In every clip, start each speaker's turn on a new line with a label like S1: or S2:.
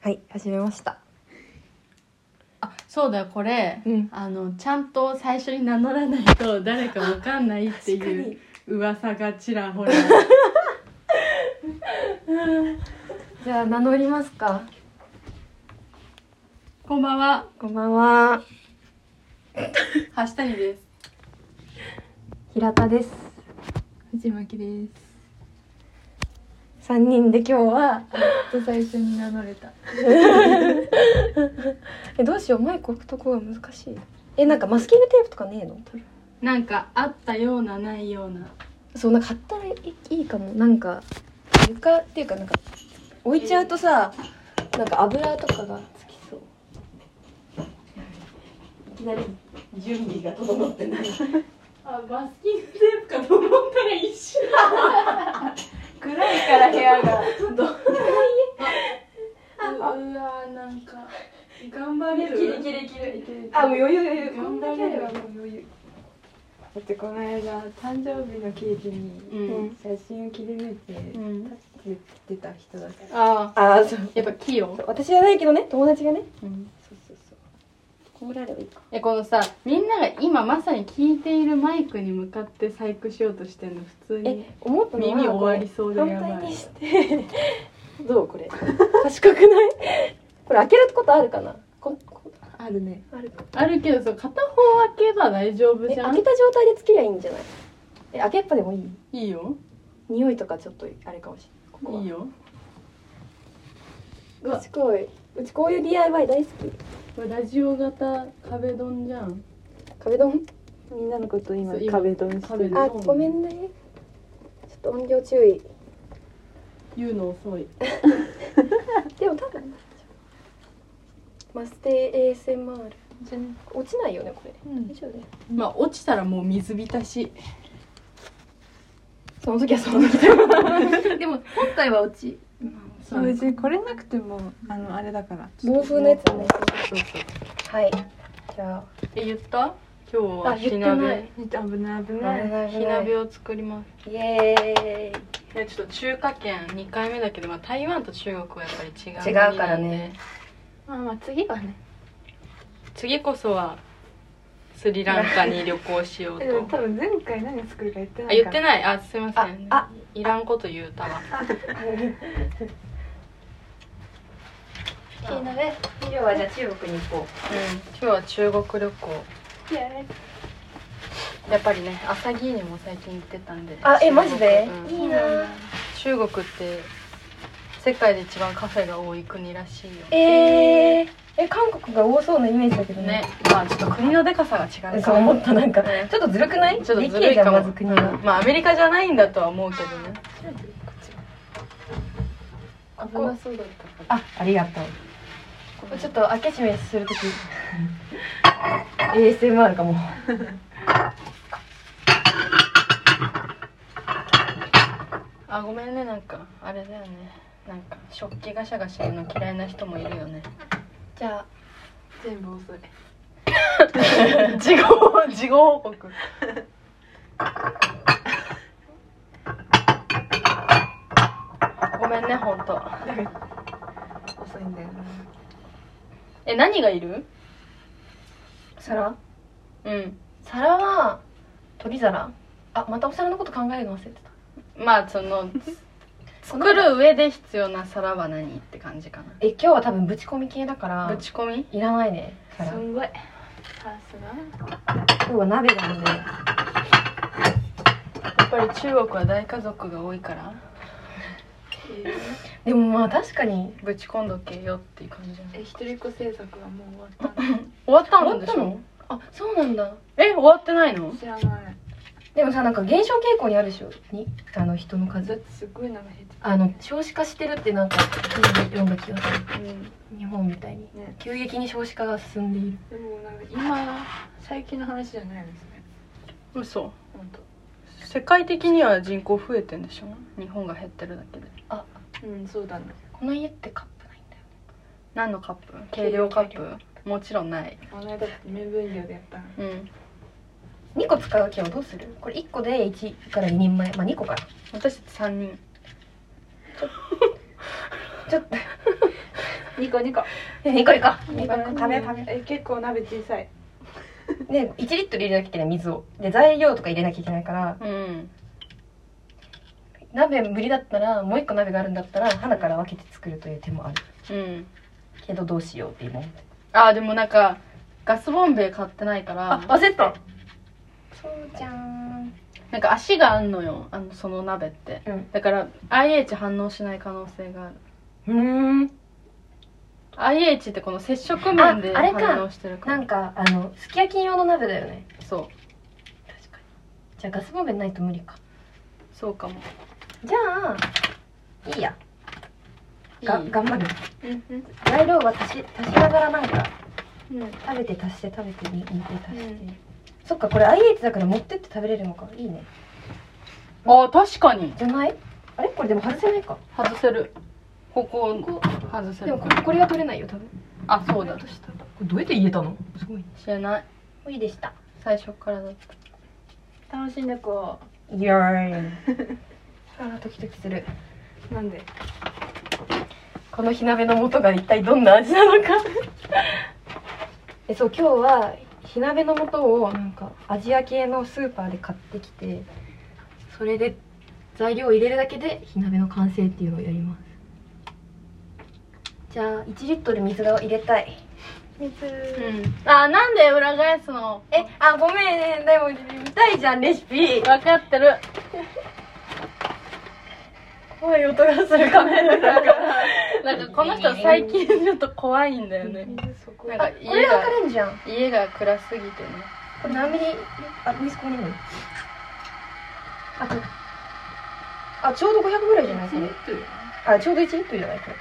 S1: はい始めました
S2: あそうだよこれ、
S1: うん
S2: あのちゃんと最初に名乗らないと誰かわかんないっていう噂がちらほら
S1: じゃあ名乗りますか
S2: こんばんは
S1: こんばんは
S2: 橋谷です
S1: 平田です
S3: 藤巻です
S1: 三人で今日は
S3: やっと最初に名乗れた
S1: えどうしようマイク置くとこが難しいえなんかマスキングテープとかねえの
S2: なんかあったようなないような
S1: そうなんか買ったらいいいいかもなんか床っていうかなんか置いちゃうとさなんか油とかがつきそう
S2: いきなり準備が整ってないあバスキングテープかと思ったら一緒
S3: 暗いから部屋が
S2: うわなんか頑張れる
S3: キレキレキレ
S1: あもう余裕余裕こん
S3: 頑
S1: だけ
S3: 張
S1: あ
S3: れ
S1: れ
S3: る
S1: ば
S3: わもう余裕だってこの間誕生日のケーキ
S2: う
S3: に
S2: ん、
S3: 写真を切り抜いて
S2: う
S3: 立
S2: ん、
S3: ってた人だから
S2: あ
S1: ああそう
S2: やっぱ器用、
S1: 私じゃないけどね友達がね
S2: うん、
S1: そうそうそうこうらればいいか
S2: えこのさみんなが今まさに聞いているマイクに向かって細工しようとしてるの普通に
S1: え思ったのは
S2: 耳終わりそうでやばい
S1: 反対にして どうこれ賢くないこれ開けることあるかなここ
S3: あるね
S1: あるか
S2: あるけどそう片方開けば大丈夫
S1: え
S2: じゃ
S1: 開
S2: ん
S1: けた状態でつけりゃいいんじゃないえ開けっぱでもいい
S2: いいよ
S1: 匂いとかちょっとあれかもしれないここはい
S2: いようわ
S1: 賢いうちこういう DIY 大好き
S2: これラジオ型壁ドンじゃん
S1: 壁ドン
S3: みんなのこと今
S2: そう今
S3: 壁ドンして
S2: 壁
S3: る
S2: ドン
S1: あごめんねちょっと音量注意
S2: 言うの遅い
S1: でも多分大丈夫マステ ASMR 落ちないよねこれ
S3: うん
S1: 大丈夫だよ
S2: まあ落ちたらもう水浸し
S1: その時はその時だ でも本体は落ち
S3: そう別にこれなくてもあのあれだから
S1: 暴風のやつだね
S3: そうそう
S1: はいじゃあ
S2: え言った今日は
S1: あ言って
S2: 火
S1: ない
S2: 鍋
S3: 見て危ない危ない
S1: 火
S2: 火鍋を作ります
S1: イエーイ
S2: ねちょっと中華圏2回目だけど、まあ、台湾と中国はやっぱり違う
S1: 違うからね
S2: 国なんで
S3: まあまあ次はね
S2: 次こそはスリランカに旅行しよう
S3: でも
S2: と
S3: 多分前回何作るか言って
S2: あ
S3: ない
S2: 言
S3: か
S2: って
S3: ら
S2: ないあすいません
S1: あ
S2: いらんこと言うたわ
S1: 火鍋今日はじゃあ中国に行こ
S2: うん今日は中国旅行
S3: いや
S2: やっぱりね朝ギーにも最近行ってたんで
S1: あえ
S2: 中国
S1: マジで
S2: うん
S1: いいなー
S2: 中国って世界で一番カフェが多い国らしいよ
S1: うえー、え韓国が多そうなイメージだけど
S2: ね
S1: ね
S2: まあちょっと国のでかさが違
S1: そ
S2: う
S1: う
S2: から
S1: 思ったなんか
S2: ね
S1: ちょっとずるくない
S2: ちょっとずる
S1: でけえ
S2: いかも
S1: じゃんまず国が
S2: うんまあアメリカじゃないんだとは思うけどね
S1: こ
S3: 危なそうだったから
S1: あありがとうここちょっと開け閉めするとき ASMR かも
S2: あごめんねなんかあれだよねなんか食器ガシャガシャ言うの嫌いな人もいるよね
S1: じゃあ
S3: 全部恐 れ
S2: 事後事後報告ごめんね本当
S3: 遅いんだよな
S2: え何がいる
S1: 皿
S2: うん
S1: 皿は取り皿あまたお皿のこと考えるの忘れてた
S2: まあその
S1: 作
S2: 作る上で必要な皿は何って感じか
S1: え今日は多分ぶち込み系だから
S2: なぶち込み
S1: いらないね皿
S3: す
S1: 今
S3: んごいさすが
S1: 日は鍋なので
S2: やっぱり中国は大家族が多いから
S1: でもまあ確かに
S2: ぶち込んどけよっていう感じじゃない
S3: え一人っ子政策はもう終わったの
S2: 終わった
S1: 終わ
S2: の
S1: っ
S2: で
S1: た
S2: しょ
S1: のあそうなんだ
S2: え終わってないの
S3: 知らない
S1: でもさなんか減少傾向にあるでしょにあの人の
S3: だっ
S1: 数
S3: てすごいなんか減って
S1: あの少子化してるってなんか読んだ気がする
S3: たうん
S1: 日本みたいに
S3: ね
S1: 急激に少子化が進んでいる
S3: でもなんか今最近の話じゃないですね
S2: 嘘
S3: 本当
S2: 世界的には人口増えてんでしょ日本が減ってるだけで
S3: うんそうだね
S1: この家ってカップないんだよ
S2: 何のカップ軽量カップもちろんない
S3: この間だって目分量でやったの
S2: うん
S1: 2個使う今日どうするこれ1個で1から2人前まあ2個か
S2: 私たち3人
S1: ちょっと
S2: 2個2個
S4: 2個いこう
S2: 2個食べ食べ
S5: え結構鍋小さい
S1: で1リットル入れなきゃいけない水をで材料とか入れなきゃいけないから
S2: うん
S1: 鍋無理だったらもう一個鍋があるんだったら花から分けて作るという手もある
S2: うん
S1: けどどうしようって今思って
S2: あーでもなんかガスボンベ買ってないから
S1: 焦ったそうじゃん
S2: なんか足があんのよあのその鍋って、
S1: うん
S2: だから IH 反応しない可能性がある
S1: うーん
S2: IH ってこの接触面で
S1: ああれか
S2: 反応してるから
S1: なんかあのすき焼き用の鍋だよね
S2: そう
S1: 確かにじゃあガスボンベないと無理か
S2: そうかも
S1: じゃあいいや
S2: いい
S1: が頑張る
S2: うんうん
S1: 材料は足し足しながらなんか
S2: うん
S1: 食べて足して食べて煮て足して、そっかこれ IH だから持ってって食べれるのかいいね
S2: あー確かに
S1: じゃないあれこれでも外せないか
S2: 外せるここ外せ
S4: で
S2: る
S4: もこれこれは取れないよ多分
S2: あそうだ
S1: これどうやって言えたのすごい
S2: 知らない
S1: 無理でした
S2: 最初からだった
S5: 楽しんでこ
S1: いやー あードキドキする
S5: うなんで
S1: この火鍋の素が一体どんな味なのか
S4: えそう今日は火鍋の素をなんかアジア系のスーパーで買ってきてそれで材料を入れるだけで
S1: 火鍋の完成っていうのをやりますじゃあ1リットル水を入れたい
S2: うんあーなんで裏返すの
S1: えあごめんねでも見たいじゃんレシピ
S2: 分かってる
S1: 怖い音がするカメラだから
S2: なんかこの人最近ちょっと怖いんだよね
S5: そこ
S2: なんか
S1: これ
S2: 家
S1: 分か
S2: が
S1: れんじゃん
S2: 家が暗すぎてね
S1: これ何ミリあ水ここにいるのあこれあちょうど500ぐらいじゃないそれあちょうど1リットルじゃないこれ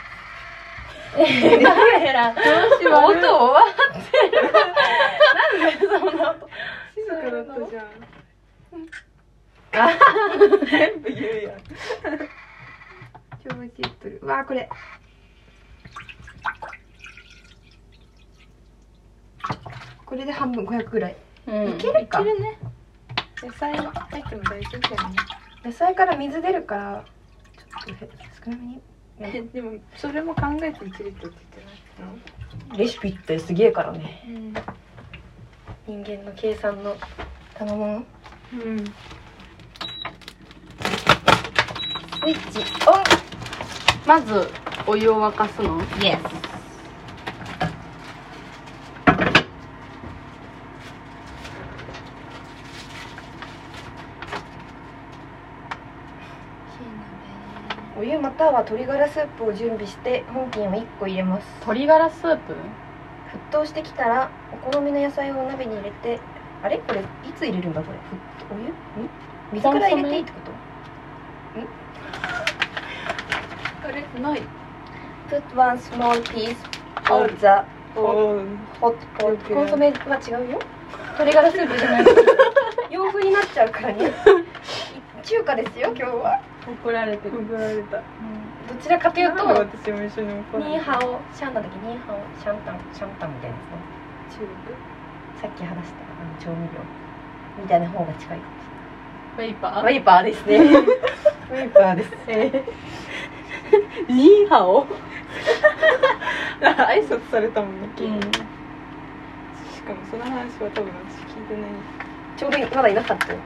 S1: えー、カメラ音
S2: 悪
S1: 終
S2: い
S1: わってるなんでそんな音
S5: 静かだったじゃん
S1: あ
S5: 全部言うやん超チップルうわーこれ
S1: これで半分500ぐらい、
S2: うん
S1: いけるか
S5: いけるね野菜入っても大丈夫だよね
S1: 野菜から水出るからちょっと少なめに
S5: えでもそれも考えて1リットルって
S1: レシピってすげえからね
S5: 言ってな
S1: 人間の計算の頼もう
S5: いのうん、うん、
S1: スイッチオン
S2: まずお湯を沸かすの
S1: イエスお湯または鶏ガラスープを準備して本品を1個入れます
S2: 鶏ガラスープ
S1: 沸騰してきたらお好みの野菜をお鍋に入れてあれこれいつ入れるんだこれ沸騰お湯ん水から入れていいってこと
S5: あれない
S1: Put one small piece of the
S5: お
S1: hot pot
S5: よく
S1: コンソメは違うよ鶏ガラスープじゃない洋風になっちゃうからね中華ですよ今日は
S2: 怒られて
S5: 怒られた
S1: どちらかというと
S5: なんで私も一緒に怒ら
S1: ニ
S5: れ
S1: ー
S5: た
S1: ハオシャンなんだっけニーハオシャンタンシャンタンみたいなや
S5: 中国
S1: つねさっき話したあの調味料みたいな方が近いかもし
S2: ウェイパ
S1: れないウェイパーですねウェイパーです
S2: ニーハオ
S5: 挨拶されたもんね、
S2: う
S5: 昨
S2: ん
S5: 日しかもその話は多分私聞いてない
S1: ちょうどまだいなかったよ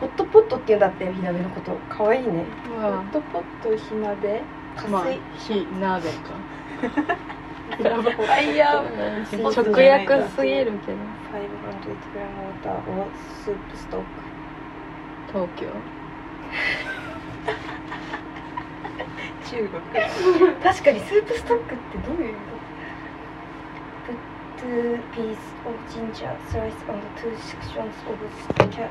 S1: ホットポットっていうんだって火鍋のこと可愛いね
S2: う
S5: ホ
S2: わ
S5: ットポット火鍋
S1: 加
S2: まあ
S1: 水、
S2: 火鍋か
S5: ファイヤー
S1: 水
S5: ちょっと
S2: 直訳すぎるけど
S5: ファイブハンドレッグラムウォーターをスープストック
S2: 東京
S5: 中国
S1: 確かにスープストックってどういう意味だ
S4: two piece of ginger slice on the two sections of the carrot.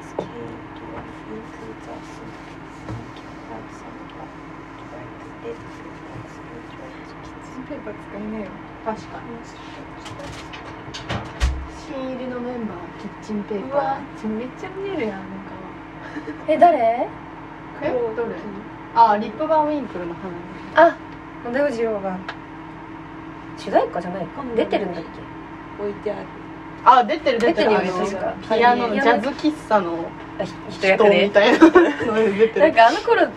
S5: scale of include the soup and some like itキッチンペーパー使いなよ
S2: 確か新入りのメンバーキッチンペー
S5: う
S2: パー
S5: わめっちゃ見えるやんなんか
S4: え誰
S2: えどれあリップバーウィンクルの花
S1: 野田洋が主題歌じゃないか出てるんだっ
S5: 置いてある
S2: あ出てる出てる
S1: 出
S2: あ
S1: てるよ
S2: の
S1: 確か
S2: ピアノの
S1: ピ
S2: ジ
S1: アノ
S2: ャズ喫茶の
S1: けあひ人役
S2: 人み
S1: で
S2: たいなので出て
S1: なん
S2: る
S1: かあの頃の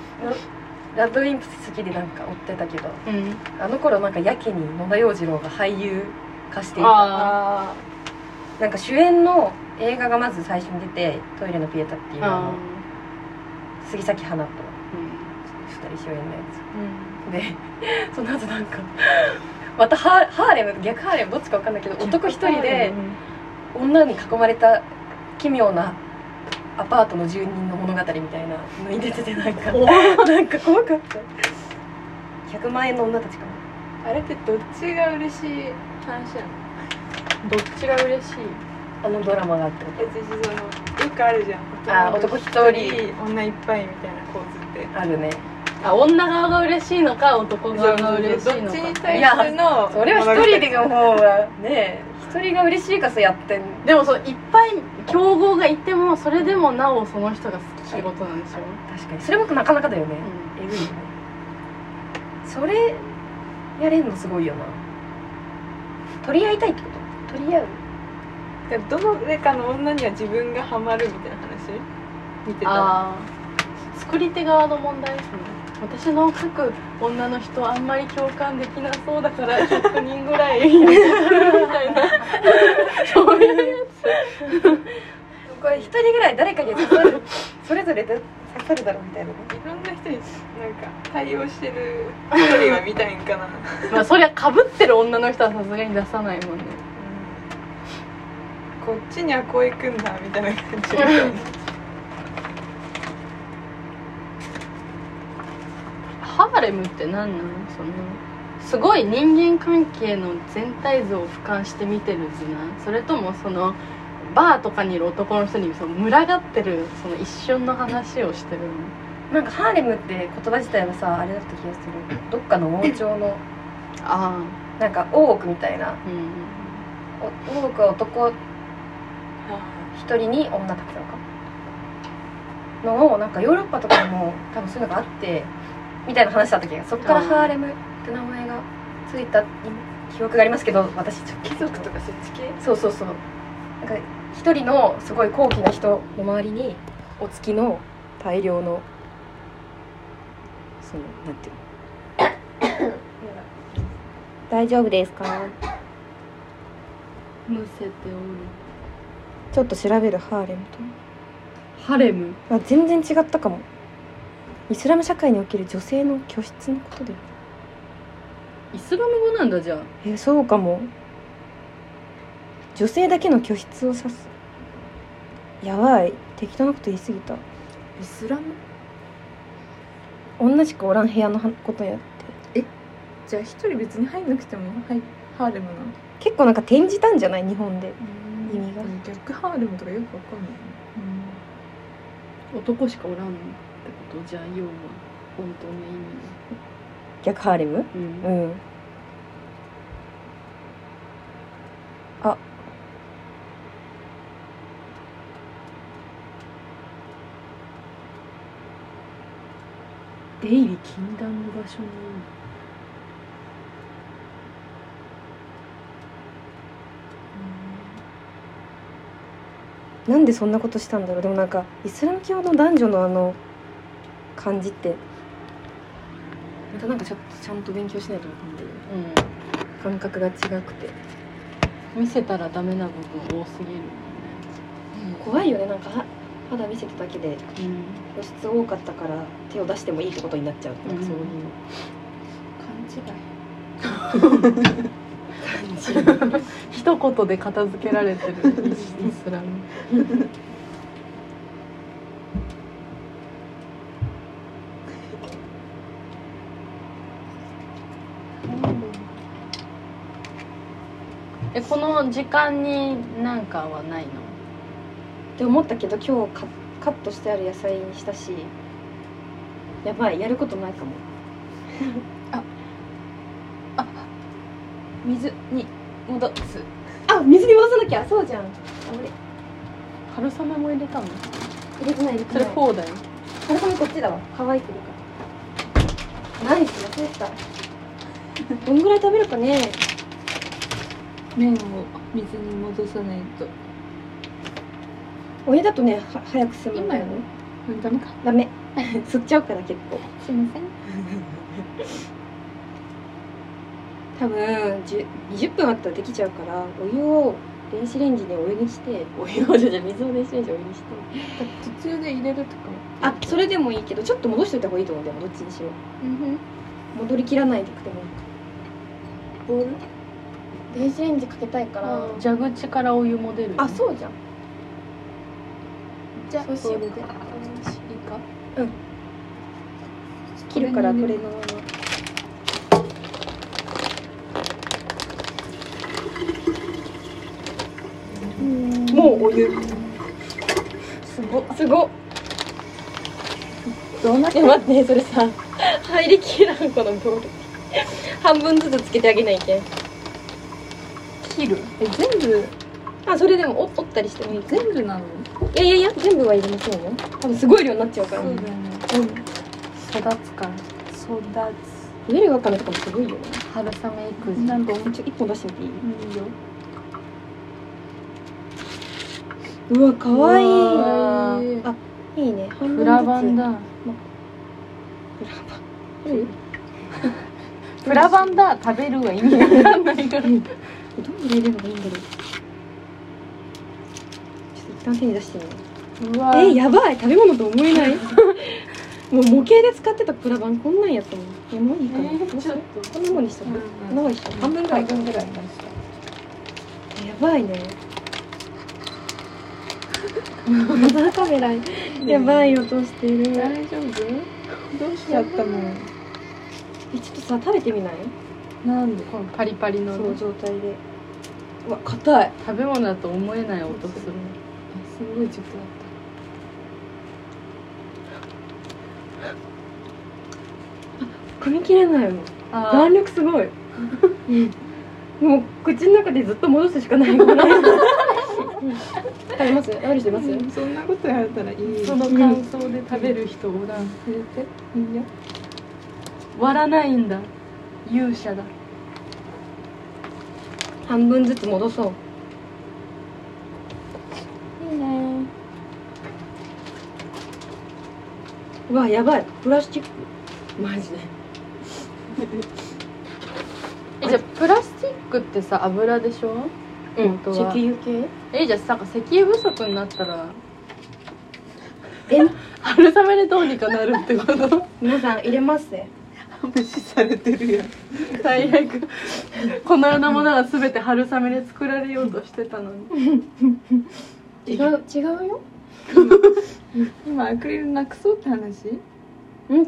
S1: ラッドウィンプス好きでなんか追ってたけど
S2: うん
S1: あの頃なんかやけに野田洋次郎が俳優化していた
S2: あ
S6: あ
S1: なんか主演の映画がまず最初に出て「トイレのピエタ」ってい
S2: ー
S1: うあ
S2: あ
S1: の杉咲花と
S2: ーうん
S1: 二人主演のや
S6: あうん
S1: つで その後なんかまたハーハーレム逆ハーレムどっちか分かんないけど男一人で女に囲まれた奇妙なアパートの住人の物語みたいなのに出ててなんか なんか怖かった100万円の女たちかも
S2: あれってどっちが嬉しい話なのどっちが嬉しい
S1: あのドラマがあってこと
S3: え私そのよくあるじゃん
S1: あー男一人
S3: 人女いっぱいみたいな構図って
S1: あるね
S2: あ女側が嬉しいのか男側が嬉しい
S3: ど
S2: の
S3: っち
S2: か
S3: に対しての
S1: それは一人での方がねえ一人が嬉しいかさやってん
S2: でもそのいっぱい競合がいてもそれでもなおその人が好きってことなんでしょ、
S1: 確かにそれもなかなかだよね、
S2: う
S1: えぐいよねそれやれんのすごいよな取り合いたいってこと取り合う
S3: だからどれかの女には自分がハマるみたいな話見てたら
S2: ああ作り手側の問題ですね私の書く女の人あんまり共感できなそうだから100人ぐらい みた いなそういうや
S1: これ一人ぐらい誰かに刺さ るそれぞれで刺さるだろうみたいない
S3: ろんな人になんか対応してる一人は見たいんかな
S2: つまあそりゃかぶってる女の人はさすがに出さないもんね
S3: こっちにはこう行くんだみたいな感じ みたいな
S2: ハーレムって何なのそのすごい人間関係の全体像を俯瞰して見てる図なんそれともそのバーとかにいる男の人にその群がってるその一瞬の話をしてる
S1: な
S2: の
S1: んかハーレムって言葉自体はさあれだった気がするどっかの王朝の
S2: あ
S1: なんか大奥みたいな
S2: あうん
S1: お大奥は男一人に女たくさんかのをなんかヨーロッパとかにも多分そういうのがあってみたいな話だった気がそこから
S2: あー
S1: ハーレムって名前がついた記憶がありますけど私ちょっと
S3: 貴族とかそっち系
S1: そうそうそうなんか一人のすごい高貴な人の周りにお付きの大量のそのなんていうの 大丈夫ですか
S2: むせておる
S1: ちょっと調べるハーレム
S2: ハレム
S1: とあ全然違ったかもイスラム社会における女性の居室のことで
S2: イスラム語なんだじゃあ
S1: えそうかも女性だけの居室を指すやばい適当なこと言い過ぎた
S3: イスラム
S1: 女しかおらん部屋のはことやって
S3: じゃあ一人別に入んなくてもはいハーレムなの
S1: 結構なんか転じたんじゃない日本で意味が
S3: 逆ハーレムとかよくわかんない
S2: 男しかおらんのってことじゃあ要は本当の意味
S1: 逆ハーレム
S2: う
S1: うんんあ
S2: 出入り禁断の場所の
S1: なんでそんなことしたんだろうでもなんかイスラム教の男女のあの感じってまたなんかちょっとちゃんと勉強しないとわかんない感覚が違くて
S2: うん見せたらダメな部分多すぎる
S1: 怖いよねなんかは肌見せただけで
S2: もんね
S1: 露出多かったから手を出してもいいってことになっちゃうなんかそういう
S2: うん 一言で片付けられてるイスラムえこの時間になんかはないの
S1: って思ったけど今日カカットしてある野菜にしたしやばいやることない かも
S3: 水に戻す
S1: あ水に戻さなきゃそうじゃんあ俺
S2: 春雨も入れたの
S1: 入れてない入れて
S2: そ
S1: な
S2: れ
S1: い
S2: フォーだよ
S1: これこれこっちだわ乾いてるからナイス忘れて たどんぐらい食べるかね
S3: 麺を水に戻さないと
S1: お湯だとねは早く済むんだよね
S3: ダメか
S1: ダメ吸っちゃうから結構すいません多分じゅ20分あったらできちゃうからお湯を電子レンジでお湯にしてお湯をじゃあ水を電子レンジでお湯にして
S5: 途中で入れるとか
S1: あそれでもいいけどちょっと戻しといた方がいいと思うんだよどっちにしろ戻りきらないでくてもボール電子レンジかけたいから
S2: 蛇口からお湯も出る
S1: あそうじゃん
S5: じゃあ
S1: そうしよう
S5: ボールでいいか
S1: 切るからこれのままもうお湯すごすご
S5: どうなっ
S1: え待ってそれさ入りきらんこのボール半分ずつつけてあげないけん
S5: 切るえ全部
S1: あそれでもお折ったりしてもいいか
S5: 全部なの
S1: いやいやいや全部は入れませんよ多分すごい量になっちゃうから
S5: そうだよね
S1: うん
S2: 育つから
S5: 育
S1: 茹でるわかめとかもすごいよね
S2: 春雨育
S5: つ
S2: 児
S5: なんかおも
S1: ちょ一本出してみていい
S5: いいよ
S1: うわかわいいう
S2: わ
S1: あいいね半分ずつ
S2: フラバンだ
S1: うん
S2: フラバンだ食べるは意 味わかんないから
S1: どう入れるのがいいんだろうちょっと一旦手に出してみよう
S2: うわ
S1: えー、やばい食べ物と思えないもう模型で使ってたプラバンこんなんやったもんえもういいかな、
S2: ーちょっ
S1: こんなもんにしたこんなもんにした半分ぐらい
S5: 半分ぐらいにした
S1: やばいね マザーカメラやばい音してる
S5: 大
S1: え
S5: 丈夫どうしちゃった
S1: ちょっ
S5: の
S1: とさ食べてみない
S5: なんで
S2: とこのパリパリの
S1: その状態でうわ硬い
S2: 食べ物だと思えない音する
S5: すごい時間あっ
S1: 噛み切れないもん
S2: あ
S1: 弾力す ごいもう口の中でずっと戻すしかないもんね 食べます料理してます、
S5: たそんなことやったらいい
S2: ー
S5: よ
S2: その感想で食べる人おらん
S5: 入れていいよ
S2: 割らないんだ勇者だ
S1: 半分ずつ戻そう
S5: いいね
S1: うわやばいプラスチックマジで
S2: えじゃあプラスチックってさ油でしょ
S1: うん
S2: 本当は
S1: 石油系
S2: えじゃあさなんか石油不足になったら
S1: え
S2: 春雨でどうにかなるってこと
S1: 皆さん入れますね
S5: 無視されてるやん
S2: 最悪この世のものは全て春雨で作られようとしてたのに
S1: 違う違うよ
S5: 今アクリルなくそうって話
S1: うん違う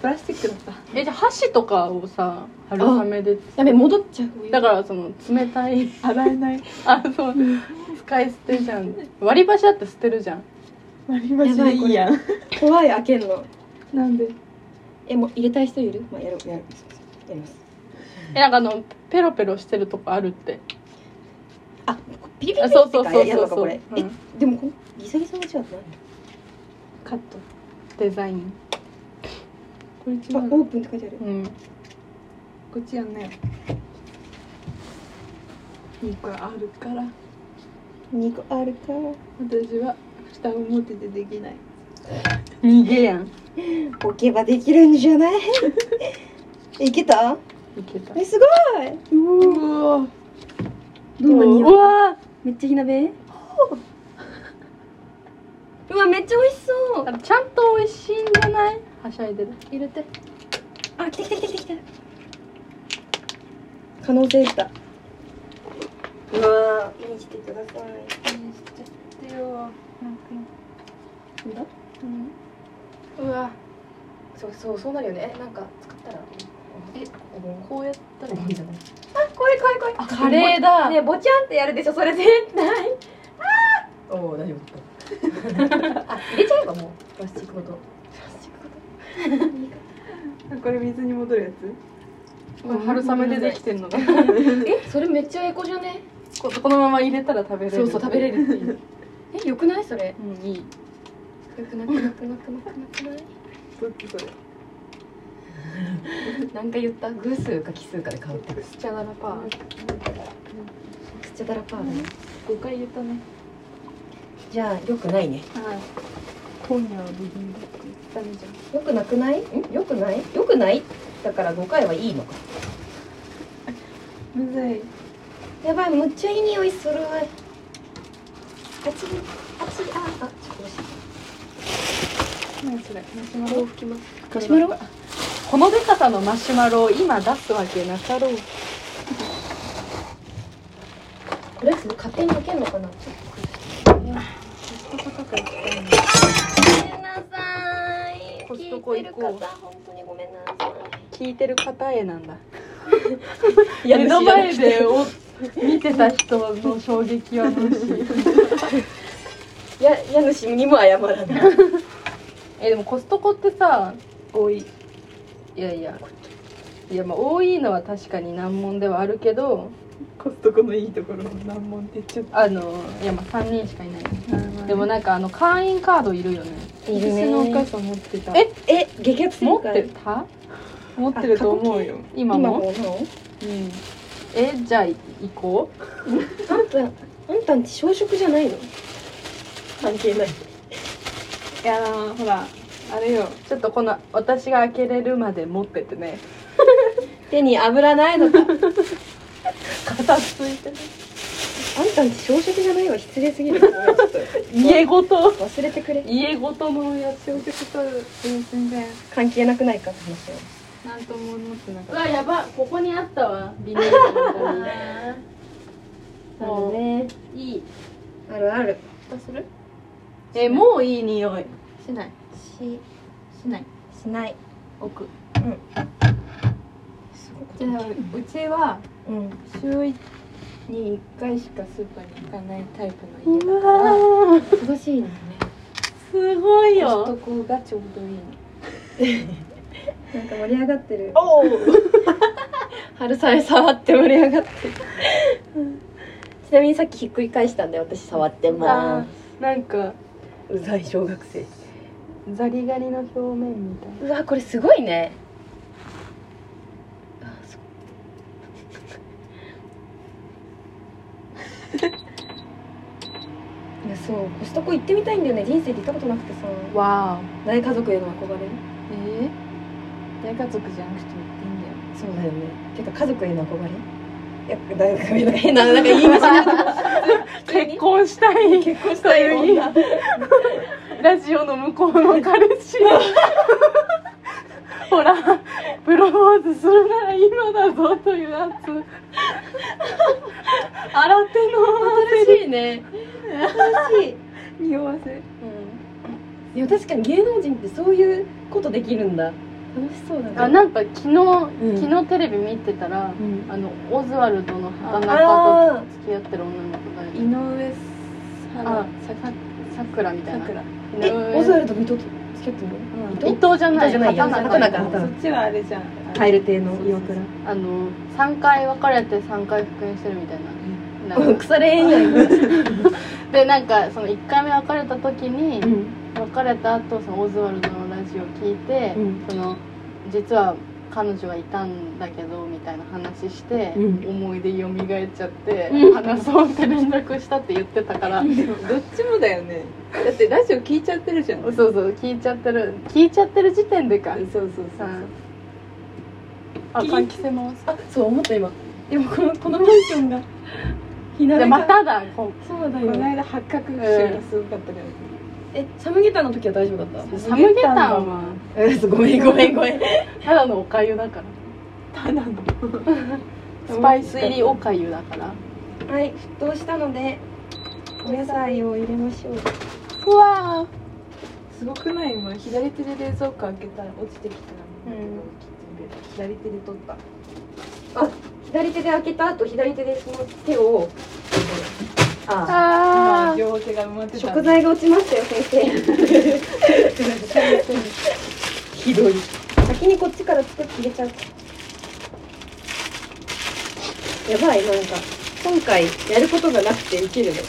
S5: プラスチックだった
S2: えじゃあ箸とかをさ春雨で
S1: やべ戻っちゃう
S2: だからその冷たい
S5: 洗えない
S2: あそう使い捨てじゃん割り箸だって捨てるじゃん
S5: 割り箸でいいやん
S1: 怖い開けんの
S5: なんで
S1: えもう入れたい人いるまあやろうやるやります
S2: えなんかあのペロペロしてるとこあるって
S1: あこピリピリ
S2: あ
S1: って
S2: そうそうそうそう
S1: やるのかこれ、
S2: うん
S1: えでもこのギザギザの違うって
S5: カット
S2: デザイン
S5: これ違
S1: 何あ
S5: う
S1: オープンって書いてある
S2: うん
S5: こっちやんねいい子あるから
S1: 2個あるか
S5: 私は下表でできない
S2: 逃げやん
S1: 置けばできるんじゃない えいけた
S2: いけた
S1: えすごいう
S5: わ
S1: どんな
S2: う
S1: 匂い
S2: わ
S1: めっちゃ火鍋うわめっちゃ美味しそう
S2: ーちゃんと美味しいんじゃないはしゃいでる
S1: 入れてあ来た来た来た来た来た可能性したうわー見してください
S2: うわ
S4: そうそうそうなるよねえなんか使ったらえこうやったらいいんじゃない
S1: 怖い怖い怖い
S2: カレーだ
S1: ねえぼちゃんってやるでしょそれ絶対
S4: おお大丈夫だったあ入れちゃえばもうプラスチックごと
S5: これ水に戻るや
S2: これ春雨でできてんのだ
S1: えそれめっちゃエコじゃね
S2: こ このまま入れたら食べれる
S1: そうそう食べれるっていう えよくないそれ
S2: うんいい
S1: よくなくなくなくなくなくない
S5: つどっちそれ
S4: なんか言った偶数か奇数かで変わってくる
S2: スチャダラパー
S1: くっちゃだらパーだね
S5: 5回言ったね
S4: じゃあよくないね
S5: はい
S2: 今夜はブギンブギン
S1: ダメじゃんよくなくないんよくないよくないだから5回はいいのか
S5: むずい
S1: やばいむっちゃいい匂いするあっちにあっちにああちょっとおいしい
S5: 何それマシュマ
S2: こう
S5: ロ
S2: 吹きます
S4: マシュマロ
S2: このでかさのマシュマロを今出すわけなかろう
S1: これ勝手に開けるのかなちょっ
S5: コスト高く行きたいな
S1: とごめんなさい
S2: コストコ行こ
S1: 聞
S2: う
S1: いてる方本当にごめんなさ
S2: 聞いてる方へなんだ
S1: い
S2: 目の前でお 見てた人の衝撃は無視
S1: や家主にも謝らない
S2: えでもコストコってさ多いいやいやいやまあ多いのは確かに難問ではあるけど
S5: コストコのいいところ難問って言っちゃっ
S2: あのいやまあ3人しかいない
S5: た
S2: でもなんかあの会員カードいるよね
S1: いるね
S2: 私のお母さん持ってた
S1: ええ激アツ
S2: 持
S1: 正
S2: って
S1: 解
S2: た持ってると思うよ今
S1: 今
S2: も
S1: もなお
S2: うんえじゃあ行こ
S1: あんたあんたんち小食じゃないの関係ないう
S5: いやーほらあれよ
S2: うちょっとこの私が開けれるまで持っててね
S1: 手に油ないのかあん
S2: 片付いてね
S1: たんち小食じゃないわ失礼すぎるごめんちょっと
S2: 家ごと
S1: 忘れてくれ
S2: 家ごとのやつを
S5: ちょっと全然
S1: 関係なくないかって話は
S5: なんとも思ってな
S2: う
S5: かっ
S2: わやばここにあったわビニールの中
S1: そうね
S2: にいい
S1: あるある
S5: たする
S2: えもういい匂い
S5: しない
S1: し
S5: しない
S1: しない
S2: 奥
S1: すご
S5: じゃあうちは
S1: うん
S5: 週に1回しかスーパーに行かないタイプの家
S2: う
S5: だから
S2: わ
S1: 忙しいのね
S2: すごい
S5: コス
S2: よ
S5: トコがちょうどいいの
S1: なんか盛り上がってる
S5: おお
S1: 春雨触って盛り上がってるちなみにさっきひっくり返したんで私触ってま
S2: あーなんか
S1: すうざい小学生
S2: ザリガニの表面みたいう
S1: わこれすごいねあそ いやそうコストコ行ってみたいんだよね人生で行ったことなくてさ
S2: わ
S1: 大家族への憧れ
S5: えー、大家族じゃなくてもいいんだよ
S1: そうだよねてか家族への憧れいやなんかなんか変 ななんか言いまし
S2: お結婚したい結婚したい ラジオの向こうの彼氏 ほらプロポーズするなら今だぞというや つ新手の
S1: 新しいね新しい
S2: 匂わせ
S1: いや確かに芸能人ってそういうことできるんだ楽しそうだね
S2: あなんか昨日、
S1: ん
S2: 昨日テレビ見てた
S1: う
S2: ら、
S1: ん
S2: あのオズワルドの畑中
S1: あ
S2: と付き合ってる女の子がい
S5: 井
S2: る
S5: 上さん
S2: あささくらみたい
S5: さ
S2: な
S5: くら
S2: 井
S1: ーえ
S2: 上
S1: オズワルド水戸と付き合ってるの
S2: 伊藤じゃない
S1: 伊藤じゃないよ
S2: 畑中
S1: 畑中
S5: そっちはあれじゃん
S1: カ
S5: い
S1: エル亭の岩倉
S2: あの3回別れて3回復縁してるみたい ななんか
S1: 腐れ縁やん
S2: でなんかその1回目別れた時に、
S1: ん
S2: 別れた後そのオズワルドのラジオ聞いて、
S1: うん
S2: その実は彼女がいたんだけどみたいな話して、
S1: うん
S2: 思い出蘇っちゃって、
S1: うん
S2: 話そうって連絡したって言ってたから、
S5: どっちもだよねだってラジオ聞いちゃってるじゃん
S2: そうそう聞いちゃってる聞いちゃってる時点でか、
S5: そうそうそう
S2: さ
S5: そう
S2: あ換気扇回す
S1: あそう思った今でもこのこのマンションがひな
S2: で
S1: れ
S2: ま
S1: が
S2: ただこ
S1: そうだ
S5: この
S1: よ
S5: 間発覚集がすごかったから、
S1: えサムゲタンの時は大丈夫だっ
S2: うサムゲタンは
S1: たえそうごめんごめんごめん
S2: ただのおかゆだから
S5: ただの
S2: スパイス入りおかゆだから
S1: はい沸騰したのでお野菜を入れましょう
S2: うわー
S5: すごくない今左手で冷蔵庫開けたら落ちてきたんだけど、
S2: うん
S5: キッチンベル左手で取った
S1: 左手で開けた後左手でその手をあ
S2: あー
S5: 両手が埋まってた
S1: 食材が落ちましたよ先生ひどい先にこっちから作って入れちゃうやばいなんか今回やることがなくて生きるの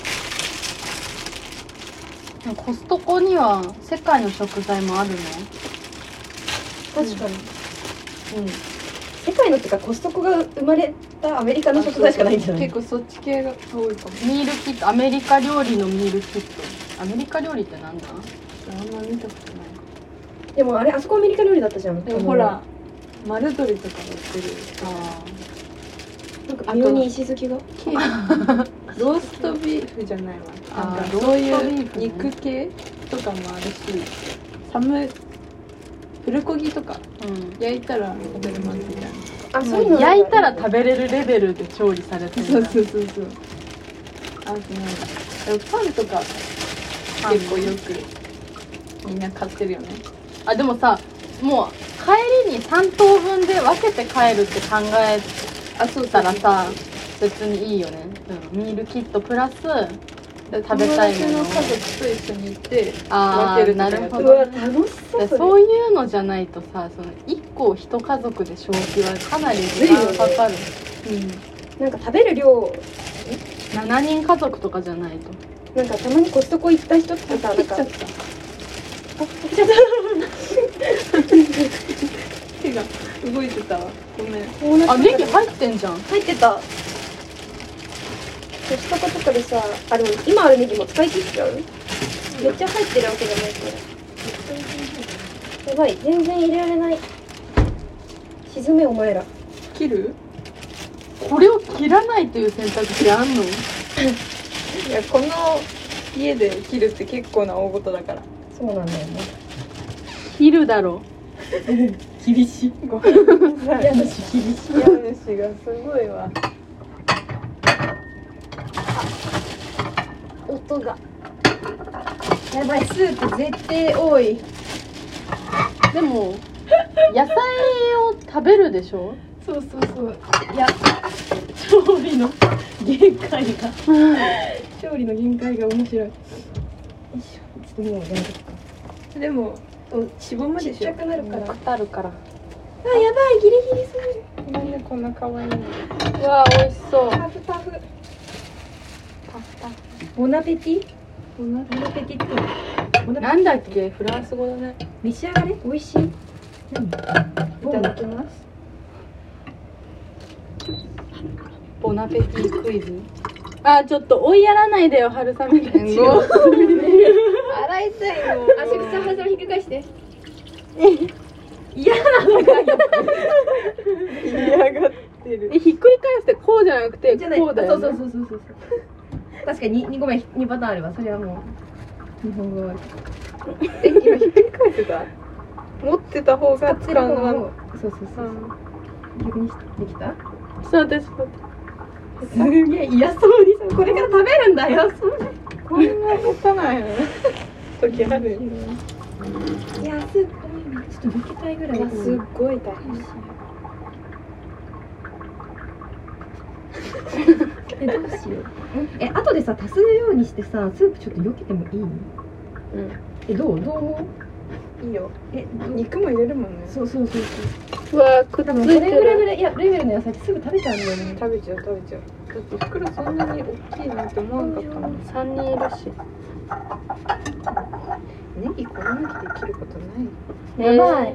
S2: コストコには世界の食材もあるの
S1: 確かに、
S2: うん
S1: 世界のってかコストコが生まれたアメリカの食材しかないんじゃない
S5: 結構そっち系が多いかも
S2: ミールキットアメリカ料理のミールキットアメリカ料理ってなんだ
S3: あんま見たことない
S1: でもあれあそこアメリカ料理だったじゃん
S3: でもほら丸鶏とか売ってる
S2: あ
S1: なんか微妙に石突きが
S3: 系ローストビーフじゃないわ
S2: あ
S3: なんか
S2: ー
S3: そうい
S2: ローストビーフ
S3: う
S2: ね
S3: 肉系とかもあるしサムプルコギとか
S2: あうん
S3: 焼いたら食べれますみたいな
S1: あ
S2: そういうの焼いたら食べれるレベルで調理されてる
S3: そうそうそうそうあとなんかでもパンとか
S2: パン
S3: 結構よくみんな買ってるよね
S2: あでもさもう帰りに3等分で分けて帰るって考え
S3: あそう
S2: たらさ別にいいよね、うん、ミールキットプラス
S3: 食
S2: べたいもの
S3: 友達の家族と一緒に行って
S2: あ
S3: 分け
S2: ー
S3: るとか
S2: な
S3: やって
S2: るほ
S1: うわ
S2: ど
S1: 楽しそ
S2: で
S1: う
S2: そういうのじゃないとさその1個1家族で消費はかなり時間かかる、
S1: なんか食べる量
S2: 7人家族とかじゃないと
S1: なんかたまにコストコ行った人とかさなんか
S3: 切っ ちゃっ手が動いてたわごめん
S1: こうなっ
S2: あ
S1: て
S2: ネギ入ってんじゃん
S1: 入ってたコストコとかでさあでも今あるネギも使い切っちゃうめっちゃ入ってるわけじゃないからやばい全然入れられない沈めお前ら
S3: 切る
S2: これを切らないという選択肢あんの
S3: いやこの家で切るって結構な大事だから
S1: そうなんだよね
S2: 切るだろ
S3: 厳しいごめん なさい家
S1: 家
S3: 主厳しい家主がすごいわ
S1: 音が
S3: やばいスープ絶対多い
S2: でも野菜を食べるでしょ
S3: そうそうそういや調理の限界が調理の限界が面白
S1: ちょ
S3: い
S1: っともうやめとくか
S3: でもおしぼむで
S1: ち
S3: し
S1: っち
S3: ょ
S1: ゃくなるからあやば
S2: くたるから
S1: いギリギリすぎる
S3: なんでこんな可愛いの
S2: うわ美味しそう
S1: パフパフボナペティ
S3: こんな
S1: ボナペティってボナペ
S2: なんだっけフランス語だね
S1: 召し上がれ美味しい
S3: いただきます
S2: ボナペティクイズあちょっと追いやらないでよ春雨たちを
S3: 洗いたい
S1: あ
S3: の
S1: そこさハンドルひっくり返して
S3: 嫌がってる
S2: えひっくり返してこうじゃなくて
S1: じゃない
S2: こうだよ、ね、
S1: そうそうそうそうそうそう確かに2個目2パターンあればそれはもう日本語は
S3: え今ひっくり返ってた持ってた方が
S1: 使っ
S3: 使う
S1: てる方
S3: のが
S1: もそうそうそう逆にできた
S2: そう私そう
S1: すげえ嫌そうにさこれから食べるんだよそう
S3: こんな持たないの時ある
S1: いやすごいちょっと抜けたいぐらい
S3: すっごい大変
S1: えどうしようえ後でさ足すようにしてさスープちょっと避けてもいいえどうどう思う
S3: いいよ
S1: えどう
S3: 肉も入れるもんね
S1: そうそうそうそう
S2: うわくっつ
S1: 多分こ
S2: い
S1: れ
S2: て
S1: ぐらいの
S2: る
S1: レいやレベルの野菜ってすぐ食べちゃうんだよね
S3: 食べちゃう食べちゃうだって袋そんなに大きいなんて思わなかったもん
S2: 3人いるし
S3: ネギこの向きで切ることない
S1: やばい。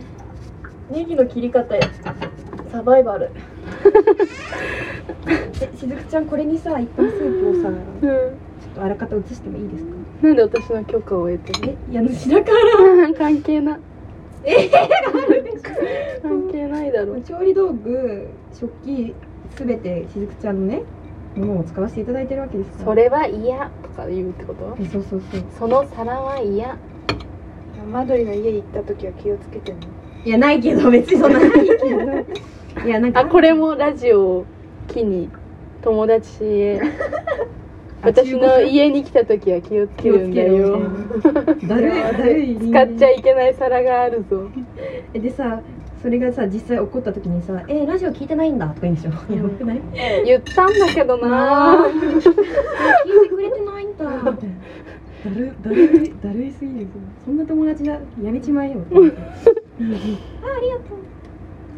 S1: ネギの切り方や。サバイバル。え、しずくちゃん、これにさ、いっぱいスープをさ、ち
S2: うん
S1: ょっとあらかた移してもいいですか。
S2: なんで私の許可を得てる
S1: え、家主だから。
S2: の関係なえ関係ないだろ
S1: 調理道具、食器、すべてしずくちゃんのね、ものを使わせていただいてるわけですから。
S2: そ。れは嫌とか言うってこと
S1: え、そうそうそう。
S2: その皿は嫌
S3: マドリの家行った時は気をつけてね
S1: いや、ないけど、別にそんなないけど。いや、なんか。
S2: あこれもラジオを機に友達へ 私の家に来た時は気をつけ
S1: 気を
S2: る
S1: つ
S2: んだ
S1: けるよ
S2: よ。
S1: だるい、だるい。
S2: 使っちゃいけない皿があるぞ
S1: えでさそれがさ実際起こった時にさ「えラジオ聞いてないんだ」とか言うんでしょやばくない聞
S2: 言ったんだけどなぁ
S1: いてくれてないんだだるだるいだるいすぎるそんな友達がやめちまえよって思ってあありがとう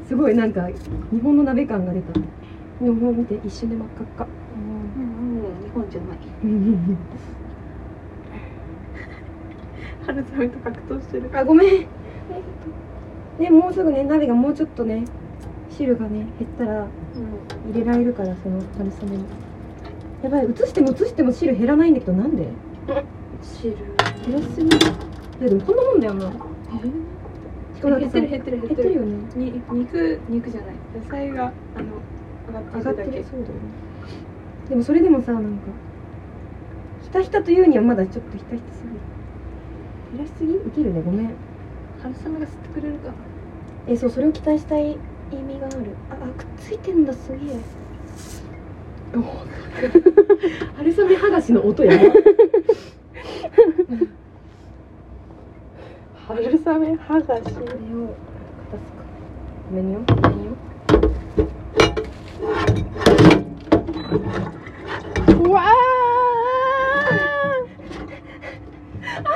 S1: すごいなんか日本の鍋感が出たでももう見て一瞬で真っ赤っか
S3: うんうん日本じゃない春雨と格闘してる
S1: あごめんねもうすぐね鍋がもうちょっとね汁がね減ったら
S3: う
S1: 入れられるからその春雨にやばい移しても移しても汁減らないんだけどなんで
S3: ん汁
S1: 減らすぎるやでもこんなもんだよなしかもなん
S3: 減
S1: かさ
S3: ってる
S1: 減
S3: 減ってる減っ
S1: って
S3: て
S1: る
S3: る
S1: よね
S3: に肉肉じゃない野菜があの
S1: 上
S3: 上
S1: が
S3: が
S1: っ
S3: ってて
S1: る
S3: るだ
S1: そうだ
S3: け
S1: よねでもそれでもさなんかひたひたというにはまだちょっとひたひたすぎる減らしすぎウケるねごめん
S3: 春雨が吸ってくれるかな
S1: えそうそれを期待したい意味があるああくっついてんだすげえ
S4: 春雨剥がしの音やな
S2: 春雨剥がし
S1: これを片すか
S2: ごめんようわー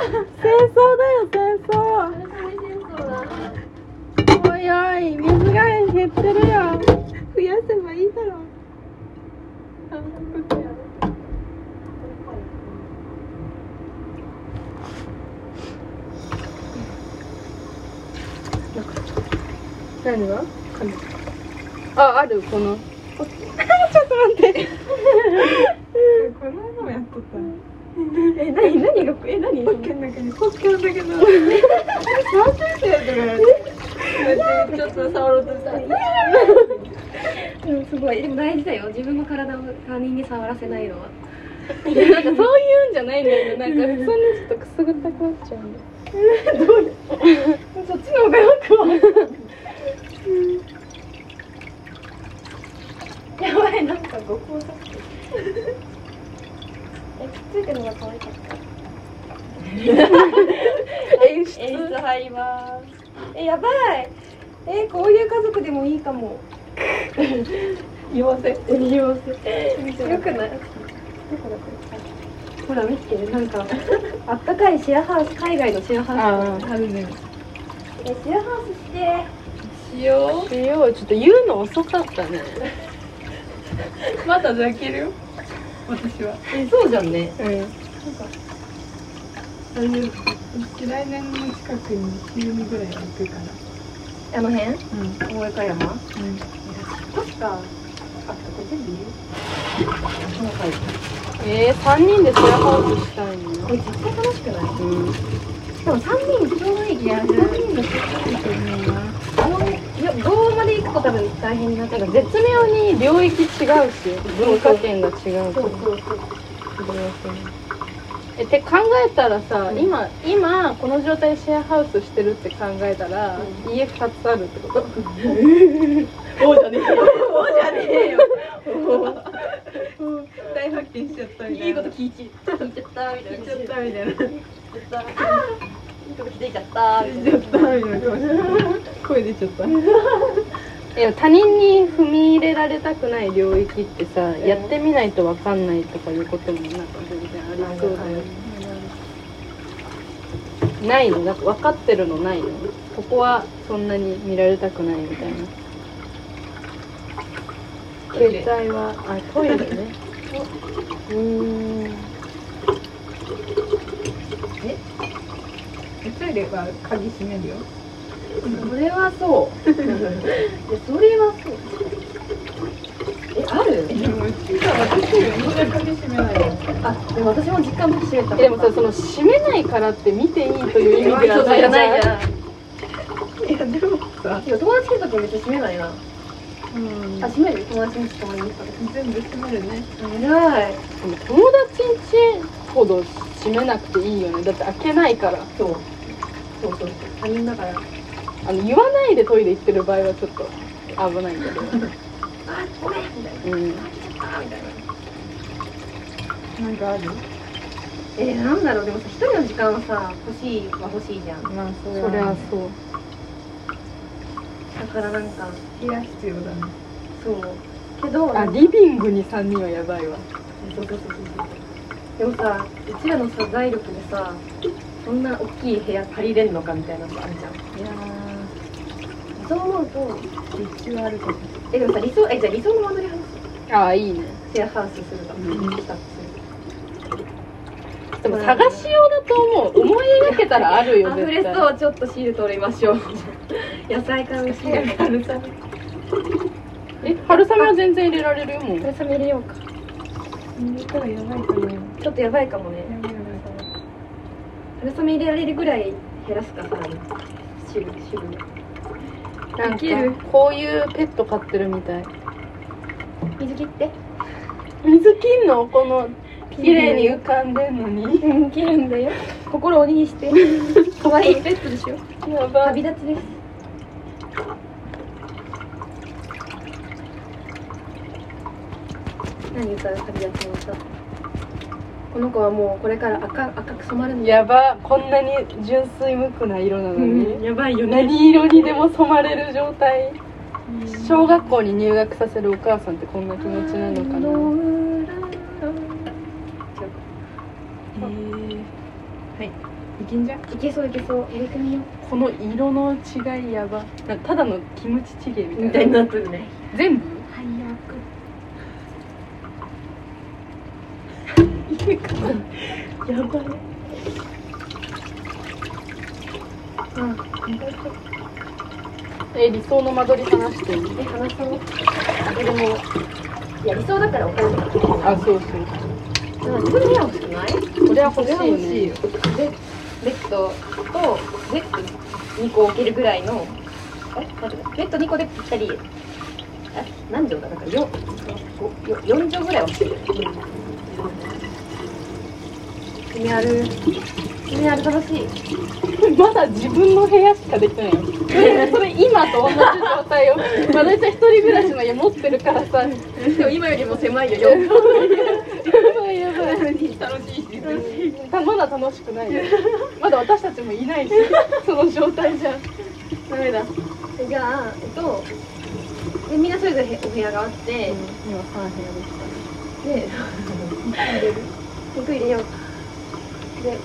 S2: 戦争だよ戦争おいおい水が減ってるよ
S3: 増やせばいいだろう
S2: 何がああるこ のちょっと待って
S3: この間もやっとった
S1: え何何がえ何
S3: ポッケの中にポッケの中の何てやつがこうやってちょっと触ろうとした
S1: うんすごいでも大事だよ自分の体を他人に触らせない のはい
S2: やなんかそういうんじゃないんだよねなんか普通にちょっとくすぐったくなっちゃうんだよ
S1: そっちの方がよくわかるやばいなんかご高速えくっついてるのが可愛かった
S2: 演出
S1: 演出入りますえやばいえこういう家族でもいいかも言わせ言わせよくないほら見てなんかあったかいシェアハウス海外のシェアハウ
S2: ああるね
S1: スえシェアハウスして
S3: しよ
S2: ようちょっと言うの遅かったね
S3: うまだ泣けるよ私は
S2: えそうじゃんね
S3: あれ来年の近くに週2ぐらいは行くから
S1: あの辺
S4: 大岡山
S3: 確かあこれ全部言う
S2: えー、3人でシェアハウスしたいの
S1: これ絶対楽しくない
S2: うん
S1: でも三人ちょうどいい気がする人だいやどうまで行くと多分大変になっちゃ
S2: な
S1: うん
S2: か絶妙に領域違うし文化圏が違う
S1: そう
S2: か
S1: そうそう
S2: えって考えたらさ、今今この状態でシェアハウスしてるって考えたら、家2つあるってこと
S3: 大発見しちゃったみたいない
S4: いこと聞いちゃったみたいな
S3: 聞いちゃったみたいな
S4: 聞いたこと聞いちゃったみたいな
S3: ちょっとみたいな顔して声出ちゃった
S2: いや他人に踏み入れられたくない領域ってさ、やってみないと分かんないとかいうこともなんか全然ありそうだよねないのなんか分かってるのないのここはそんなに見られたくないみたいな携帯はあトイレねうーん
S3: トイレは鍵閉めるよ
S2: それはそ
S1: いやそれはそうえある
S3: でもうちさ私よりみんな鍵閉めないよ
S1: あでも私も実家の時閉めた
S2: うでもさその閉めないからって見ていいという意味で
S1: そ うそ
S2: は
S1: う
S2: な
S1: じ
S2: いじ
S1: ゃ
S2: ゃ
S1: ないじ
S2: ん
S1: ゃん
S3: いやでもさ
S1: いや友達来た時別に閉めないな
S3: うん
S1: あ閉める友達に泊まりに来た時
S3: 全部閉めるね
S1: 偉い
S2: でも友達ん家ほど閉めなくていいよねだって開けないから
S1: そうそうそうそう他人だから
S2: あの言わないでトイレ行ってる場合はちょっと危ないけど
S1: あごめんみたいな
S2: うん
S1: あみたいな
S3: なんかある
S1: えー、なんだろうでもさ一人の時間はさ欲しいは欲しいじゃんだ
S3: まあそ
S2: そりゃそう
S1: からなんか
S3: 部屋必要だね
S1: そうけど
S2: あリビングに3人はやばいわ
S1: そうそうそうそうでもさうちらのさ財力でさそんな大きい部屋借りれんのかみたいなのあるじゃん
S3: いや
S1: そう思うと
S3: ー立地はあるけど
S1: えでもさ理想えじゃあ理想の間取り話
S2: ああいいね
S1: シェアハウスするか、うん、したとす
S2: でも探しようだと思う思い描けたらある
S1: る
S2: よ
S1: 溢
S2: 絶
S1: れ
S2: 対
S1: そうちょっとシール取りましょう 野菜から美味しいよね
S3: あるさ
S2: え春雨は全然入れられるよもう
S1: 春雨入れようか
S3: 入れたらやばいかなや
S1: ちょっとやばいかもね
S3: ばいやばい
S1: 春春雨入れられるぐらい減らすかさ汁汁
S2: なん
S1: いける
S2: かこういうペット飼ってるみたい
S1: 水切って
S2: 水切んのこの綺麗に浮かんでんのに
S1: うん切るんだよ心を鬼にして可愛いペットでしょ
S2: やば
S1: 旅立ちです何歌う旅立ちの歌この子はもうこれから赤赤く染まるんだよ
S2: やばこんなに純粋無垢な色なのに、
S3: やばいよね
S2: 何色にでも染まれる状態小学校に入学させるお母さんってこんな気持ちなのかな
S3: えーはいいけんじゃん
S1: いけそういけそう入れてみよう
S2: この色の違いやばなんかただのキムチチゲみたいな
S3: みたいになってるね
S2: 全部
S1: 早く
S3: やばい
S2: え理想の間取り話していい
S1: え話そうえでもやりそうだからお金とか
S2: あそうそう
S1: うんそれ部屋欲しくない
S2: これは欲しいね
S1: よベベッドとベッド2個置けるぐらいのえ待ってベッド2個でぴったりあ何畳だだからよごよ4畳ぐらいは欲しいよ君ある君ある楽しい
S2: まだ自分の部屋しかできないよそれそれ今と同じ状態をまだちゃん一人暮らしの家持ってるからさ
S3: でも今よりも狭いよよ
S2: やばいやばい
S3: 楽しいし
S2: まだ楽しくないよまだ私たちもいないしその状態じゃダメだ、
S1: じゃあえっとでみんなそれぞれへお部屋があって、
S2: 今3部屋でした
S1: で、肉入れよう。で、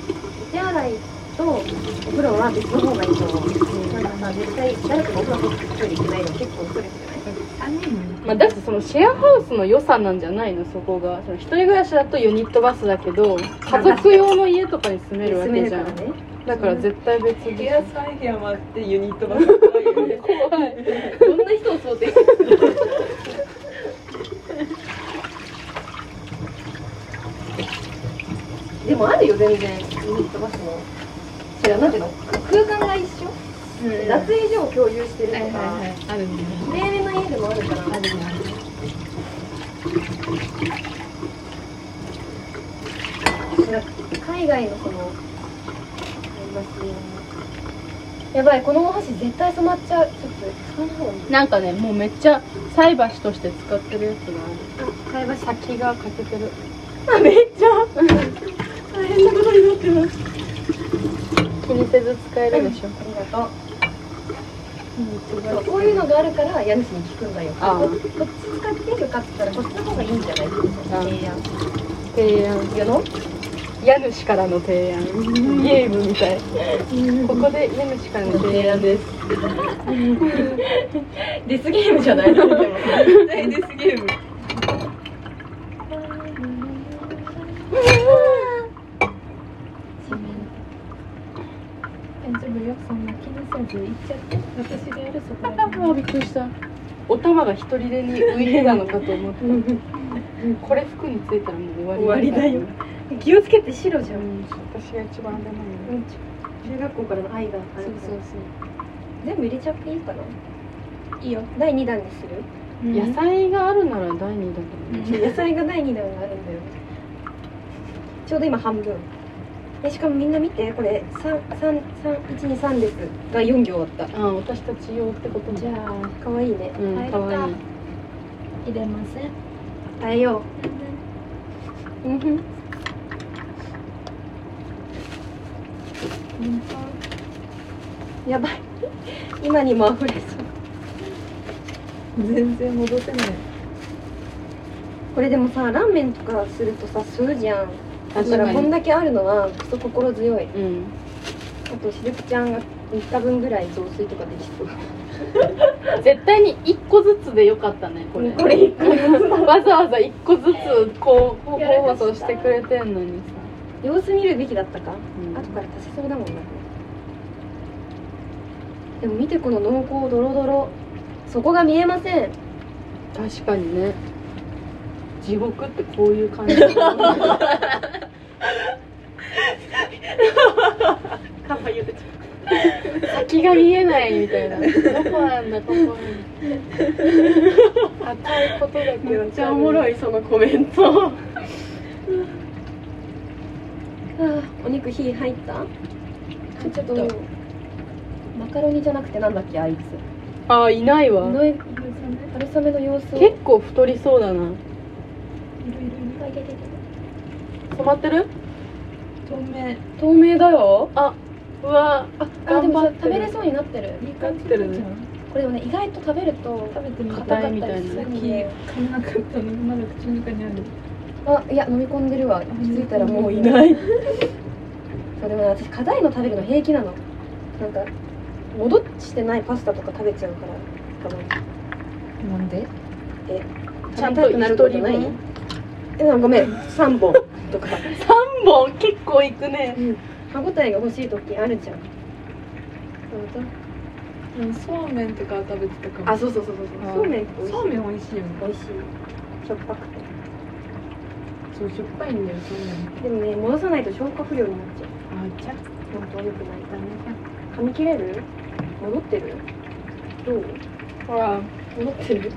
S1: お手洗いとお風呂は別の方がいいと思う。なんかさ、絶対誰かがお風呂入ってる人いないの結構ストレスじゃない
S2: まあ、だってそのシェアハウスの良さなんじゃないのそこがその一人暮らしだとユニットバスだけど家族用の家とかに住めるわけじゃん
S1: ね。
S2: だから絶対別に
S3: 部屋3部屋もあってユニットバス怖いよね
S2: 怖い
S1: そんな人を想定でもあるよ全然ユニットバスも違うなんていうの空間が一緒、脱衣所を共有してるとか、
S2: あるね
S1: 例年の家でもあるからあるね海外のそのやばいこのお箸絶対染まっちゃうちょっと使わない方がいい
S2: なんかねもうめっちゃ菜箸として使ってるやつが
S1: 買いまし
S2: 先が欠けてる
S1: ためっちゃ
S3: 大変なことになってます
S2: 気にせず使えるでしょ
S1: ありがとうそうこういうのがあるから家主に聞くんだよ
S2: ああ
S1: ここっち使ってよかったらこっちの方がいいんじゃないって提案
S2: 提案
S1: やろ
S2: 家主からの提案ゲームみたいここで家主からの提案 です
S1: デスゲームじゃない
S3: 絶対デスゲーム大丈夫よそんな気にせず行っちゃって私がやるそこら
S2: あびっくりしたお玉が一人でに浮いてたのかと思ってこれ服についたらもう終わり
S3: 終わり
S1: 気をつけて白じゃ
S2: うんん私が一番危ないね
S1: 中学校からの愛があるから
S2: そう
S1: 全部入れちゃっていいかないいよ第2弾にする
S2: 野菜があるなら第二だけどね
S1: 野菜が第2弾があるんだよちょうど今半分えしかもみんな見てこれ33123ですが4行あった
S2: あ私たち用ってこと
S1: じ
S2: ね
S1: ゃあかわいいね
S2: うんかわいい
S5: 入れません
S1: 耐えよううんふんやばい今にも溢れそう
S3: 全然戻せない
S1: これでもさラーメンとかするとさ吸うじゃんだ
S2: 確
S1: から
S2: か
S1: こん
S2: に
S1: だけあるのはクソ心強い
S2: うん
S1: あとしずくちゃんが3日分ぐらい増水とかできそう
S2: 絶対に一個ずつでよかったねこれ
S1: これ1個
S2: わざわざ一個ずつこうこう放送してくれてんのにさ、
S1: 様子見るべきだったか
S2: うん
S1: 後から足せそうだもんなでも見てこの濃厚ドロドロそこが見えません
S2: 確かにね地獄ってこういう感じ
S3: カバ言うてちゃ
S2: 先が見えないみたいなどこなんだここなんだ赤いことだけ
S3: うめっちゃおもろいそのコメント
S1: お肉火入ったちょっとマカロニじゃなくてなんだっけあいつ
S2: あいないわ
S1: 井上春雨の様子を
S2: 結構太りそうだな染まってる
S3: 透明
S1: 透明だよ
S2: うわ
S1: ああで
S2: 頑
S1: も
S2: 張
S1: さ
S2: ってる
S1: 食べれそうになってる
S3: いい
S2: 感じだったじゃ
S1: これでもね意外と食べると
S3: 食べてみ
S2: た
S3: た
S1: 硬かったりするんで
S3: 噛まなかったのまだ口の中にある
S1: あいや飲み込んでるわ気づいたらもういないそうでもね私硬いの食べるの平気なのなんか戻してないパスタとか食べちゃうから多分
S3: なんで
S2: ちゃんと
S1: 食べたくなることない
S2: 一人分
S1: えなんかごめん3本とか
S2: 3本結構いくね
S1: 歯応えが欲しい時あるじゃん
S3: そうめんとかは食べてたかも
S1: あそうそうそうそうそうそうめんって美味しい
S3: そうめん美味しいよね
S1: 美味しいしょっぱくて
S3: そうしょっぱいんだよそ
S1: で
S3: うめ
S1: もね戻さないと消化不良になっちゃうん
S3: あじゃあ
S1: 本当良くない
S3: ダメだ
S1: 噛み切れる戻ってるどう
S2: ほら
S1: 戻ってる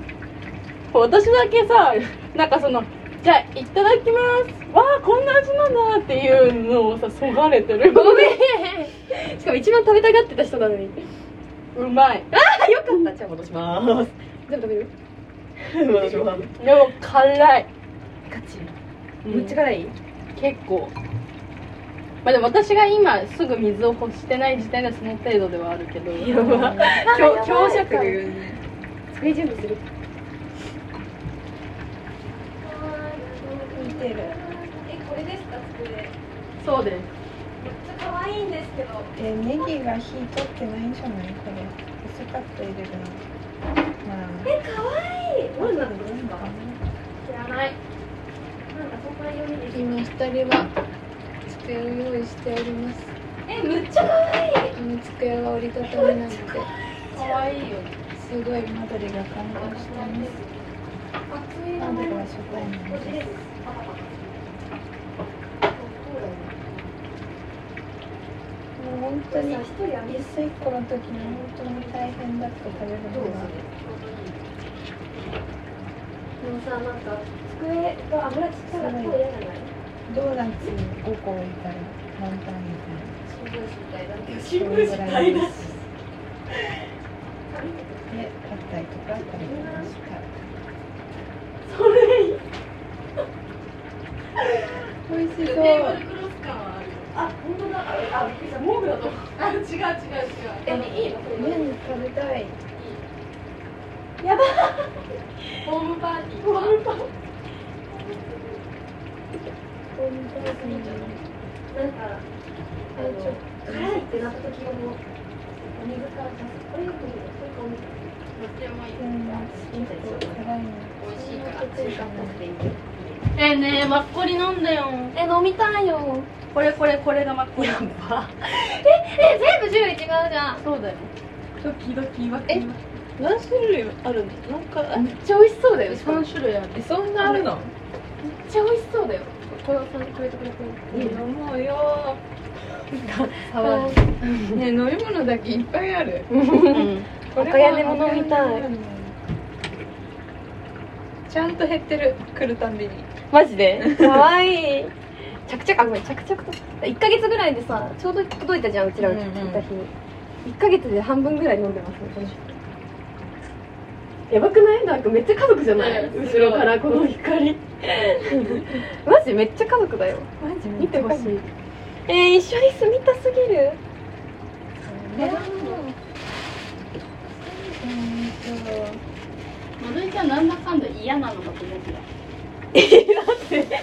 S2: 私だけさなんかそのじゃあいただきますわあこんな味なんだっていうのをさそがれてる
S1: ごめんしかも一番食べたがってた人なのに
S2: うまい
S1: あよかったじゃあ戻します全部食べる
S3: 戻します
S2: でも辛い、
S1: ガチ
S2: う
S1: むっちゃ辛い
S2: 結構まあでも私が今すぐ水を欲してない時点でその程度ではあるけど
S1: やば
S3: 強
S1: 強
S3: 強弱
S1: 弱
S3: が言うね
S1: 作り準備する
S5: 見てるえこれですか机めっ
S2: そうです
S5: ちゃ可愛いんですけどえネギが火取ってないんじゃないこれ薄かった入れるのまあ
S1: え可愛い何なんですか
S2: 知らない
S1: なんかそんな読みで
S5: 今二人は机を用意しております
S1: えむっちゃ可愛い
S5: あの机は折りたたみなので
S2: かわいいよ
S5: すごい窓りが感動してます窓りは初対面なのでもう本当に一歳子の時に本当に大変だった食べ物が
S1: でもさなんか机が油ちっちゃいから超嫌じゃない
S5: ドーナツ5個置いたらワンタン
S1: 新聞紙みたいなん
S5: みたい
S1: で
S5: なそれぐらいです
S1: 紙
S5: で買ったりとか食べてましたそれいい美味しそう
S2: ルクロス感はある
S1: あ本当だああびっくりした毛布だと思っ
S2: あ違う違う違う
S1: たえいいのこれ
S5: 麺食べたい
S2: ホームパーティー
S5: ホームパーティーに
S1: なんかあの辛いってなった時はもうお水から出すこれよく見るこれかお水
S5: 美味しいから美味しいかな
S2: えー、ねえマッコリ飲んだよ
S1: え飲みたいよ
S2: これこれこれがマッコリ
S1: え全部種類違うじゃん
S2: そうだよ
S3: ドキドキわえ
S2: 何種類あるのなんか
S1: めっちゃ美味しそうだよめっ
S2: 3種類ある
S3: えそんなあるの
S1: ちゃ美味しそうだよこれこれこれこれこれ
S3: 飲もう よ
S1: あ
S3: ね飲み物だけいっぱいある
S2: うん
S3: これ
S1: 赤屋根も飲みたい
S3: ちゃんと減ってる来るたんびに
S1: マジで可愛い着々あごめん着々と1ヶ月ぐらいでさちょうど届いたじゃんうちらが来た日に、1ヶ月で半分ぐらい飲んでますねこの人やばくないなんかめっちゃ家族じゃない、
S2: うん
S1: 後ろからこの光マジめっちゃ家族だよ
S3: マジ
S1: 見てほしいえー、一緒に住みたすぎる
S3: ね
S2: まるいちゃんなんだかんだ嫌なのかと思ってた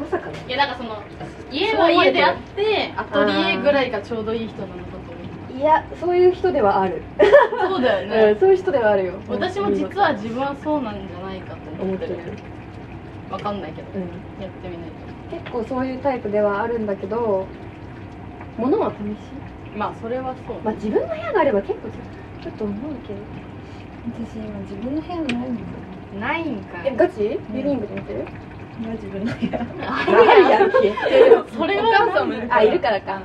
S1: まさかの
S2: いやなんかその家は家であってアトリエぐらいがちょうどいい人なのかと思って
S1: いやそういう人ではある、
S2: たそうだよ
S1: う
S2: ね
S1: ん、そういう人ではあるよ
S2: 私も実
S1: は
S2: は自分はそうなんじゃないかと思
S1: 思
S2: っ
S1: ってて
S2: る
S1: る、
S2: わかんないけど
S1: うん、
S2: やってみない
S1: 結構そういうタイプではあるんだけど物は試し
S2: とまあそれはそう
S1: まあ自分の部屋があれば結構ちょっと思うけど
S5: 私今自分の部屋ないもん
S2: ないんか
S1: え
S2: い
S1: ガチリビングで見てる
S5: う
S3: が自分の部屋
S2: それ
S1: お母さ
S2: は
S1: んもい
S2: 難
S1: る
S2: し
S1: あいるからか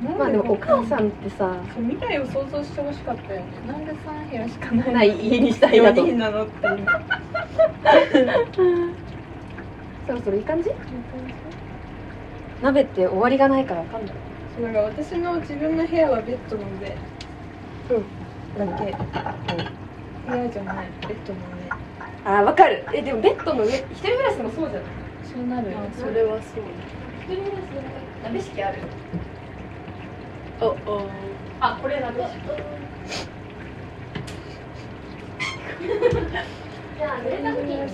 S1: まあでもお母さんってさ
S3: そう未来を想像してほしかったよねなんで3部屋しかない
S1: ない家にしたいな
S3: 4
S1: と
S3: 人なのっていう
S1: そろそろいい感じ鍋って終わりがないからわかんない
S3: そうだから私の自分の部屋はベッドなので
S1: だっけ
S3: 部屋じゃないベッドなのね
S1: あーわかるえでもベッドの上一人暮らしでもそうじゃない
S3: そうなるよね
S2: いそれはそう
S1: 一人暮らしでも鍋敷ある
S2: おお
S1: あこれ鍋敷じゃあ濡れた時に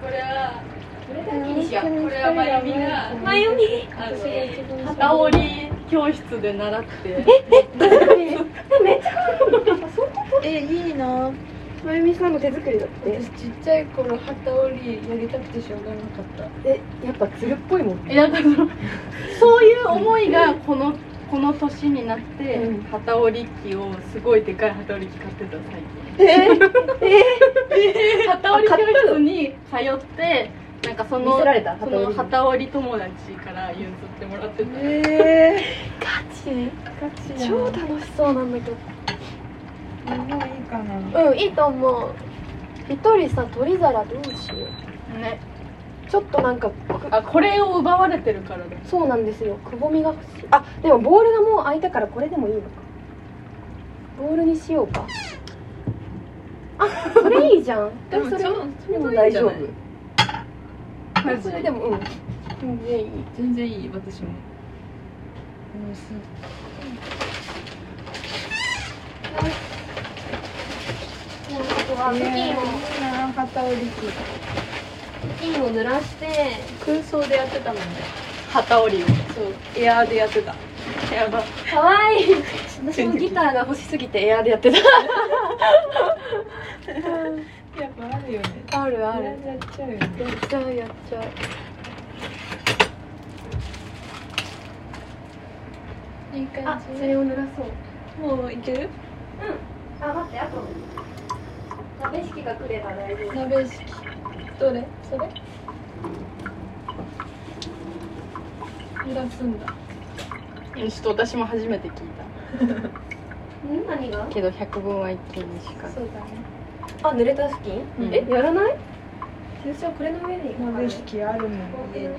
S1: これは濡れた時にしようこれはマヨミがマヨミあのね
S2: 片織り教室で習って
S1: めっちゃ
S3: えいいな
S1: マヨミさんの手作りだって
S3: 私ちっちゃい頃旗織りやりたくてしょうがなかった
S1: えやっぱつるっぽいもん
S2: えなんかそのそういう思いがこのこの年になって、
S1: うん
S2: 旗織り機をすごいでかい旗織り機買ってた最近 旗織り教室に通ってなんかそ
S1: 見
S2: の
S1: せられた
S2: そ
S1: 旗織
S2: の
S1: り
S2: 旗織り友達から譲ってもらってた、
S3: え
S1: ガチ
S3: ガチだ
S1: 超楽しそうなんだけ
S3: もういいかな
S1: どうんいいと思う一人さ取り皿どうしよう
S2: ね
S1: ちょっとなんか
S2: あこれを奪われてるからだ
S1: そうなんですよくぼみが欲しいあでもボールがもう空いたからこれでもいいのかボールにしようかあそれいいじゃん
S3: でも
S1: それ
S3: ちょちょ
S1: で
S3: う
S1: も
S3: どいいん
S1: 大
S3: じゃ
S1: 丈
S3: な
S1: 夫
S3: い
S2: マジ
S1: それでもうん
S3: 全然いい全然いい私もうんす
S7: 布巾を
S3: いいな旗織り
S7: 布
S3: 機
S7: 巾を濡らして
S3: 空想でやってたもんね
S2: 旗織りを
S3: そうエアーでやってた
S2: やば
S7: 可愛いい
S4: 私もギターが欲しすぎてエアーでやってた
S3: やっぱあるよね
S1: あるあ
S3: あ
S1: る
S3: れ
S1: や
S3: や
S1: っ
S3: っちゃうよね
S1: ちゃうやっちゃう
S3: いい感じ
S1: それを濡らそう
S3: もういける
S7: あ待ってあと鍋敷が来れば大丈夫
S3: 鍋敷どれそれ揺らすんだ
S2: ちょっと私も初めて聞い
S7: ん何が
S2: たけど百聞は一見にしかず
S3: そうだね
S1: あ濡れた布巾、
S2: うん
S1: えやらない先生はこれの上でいいかな
S3: 鍋敷あるもん家に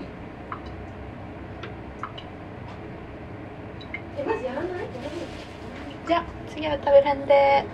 S7: えマジやらない
S3: 次は食べらんで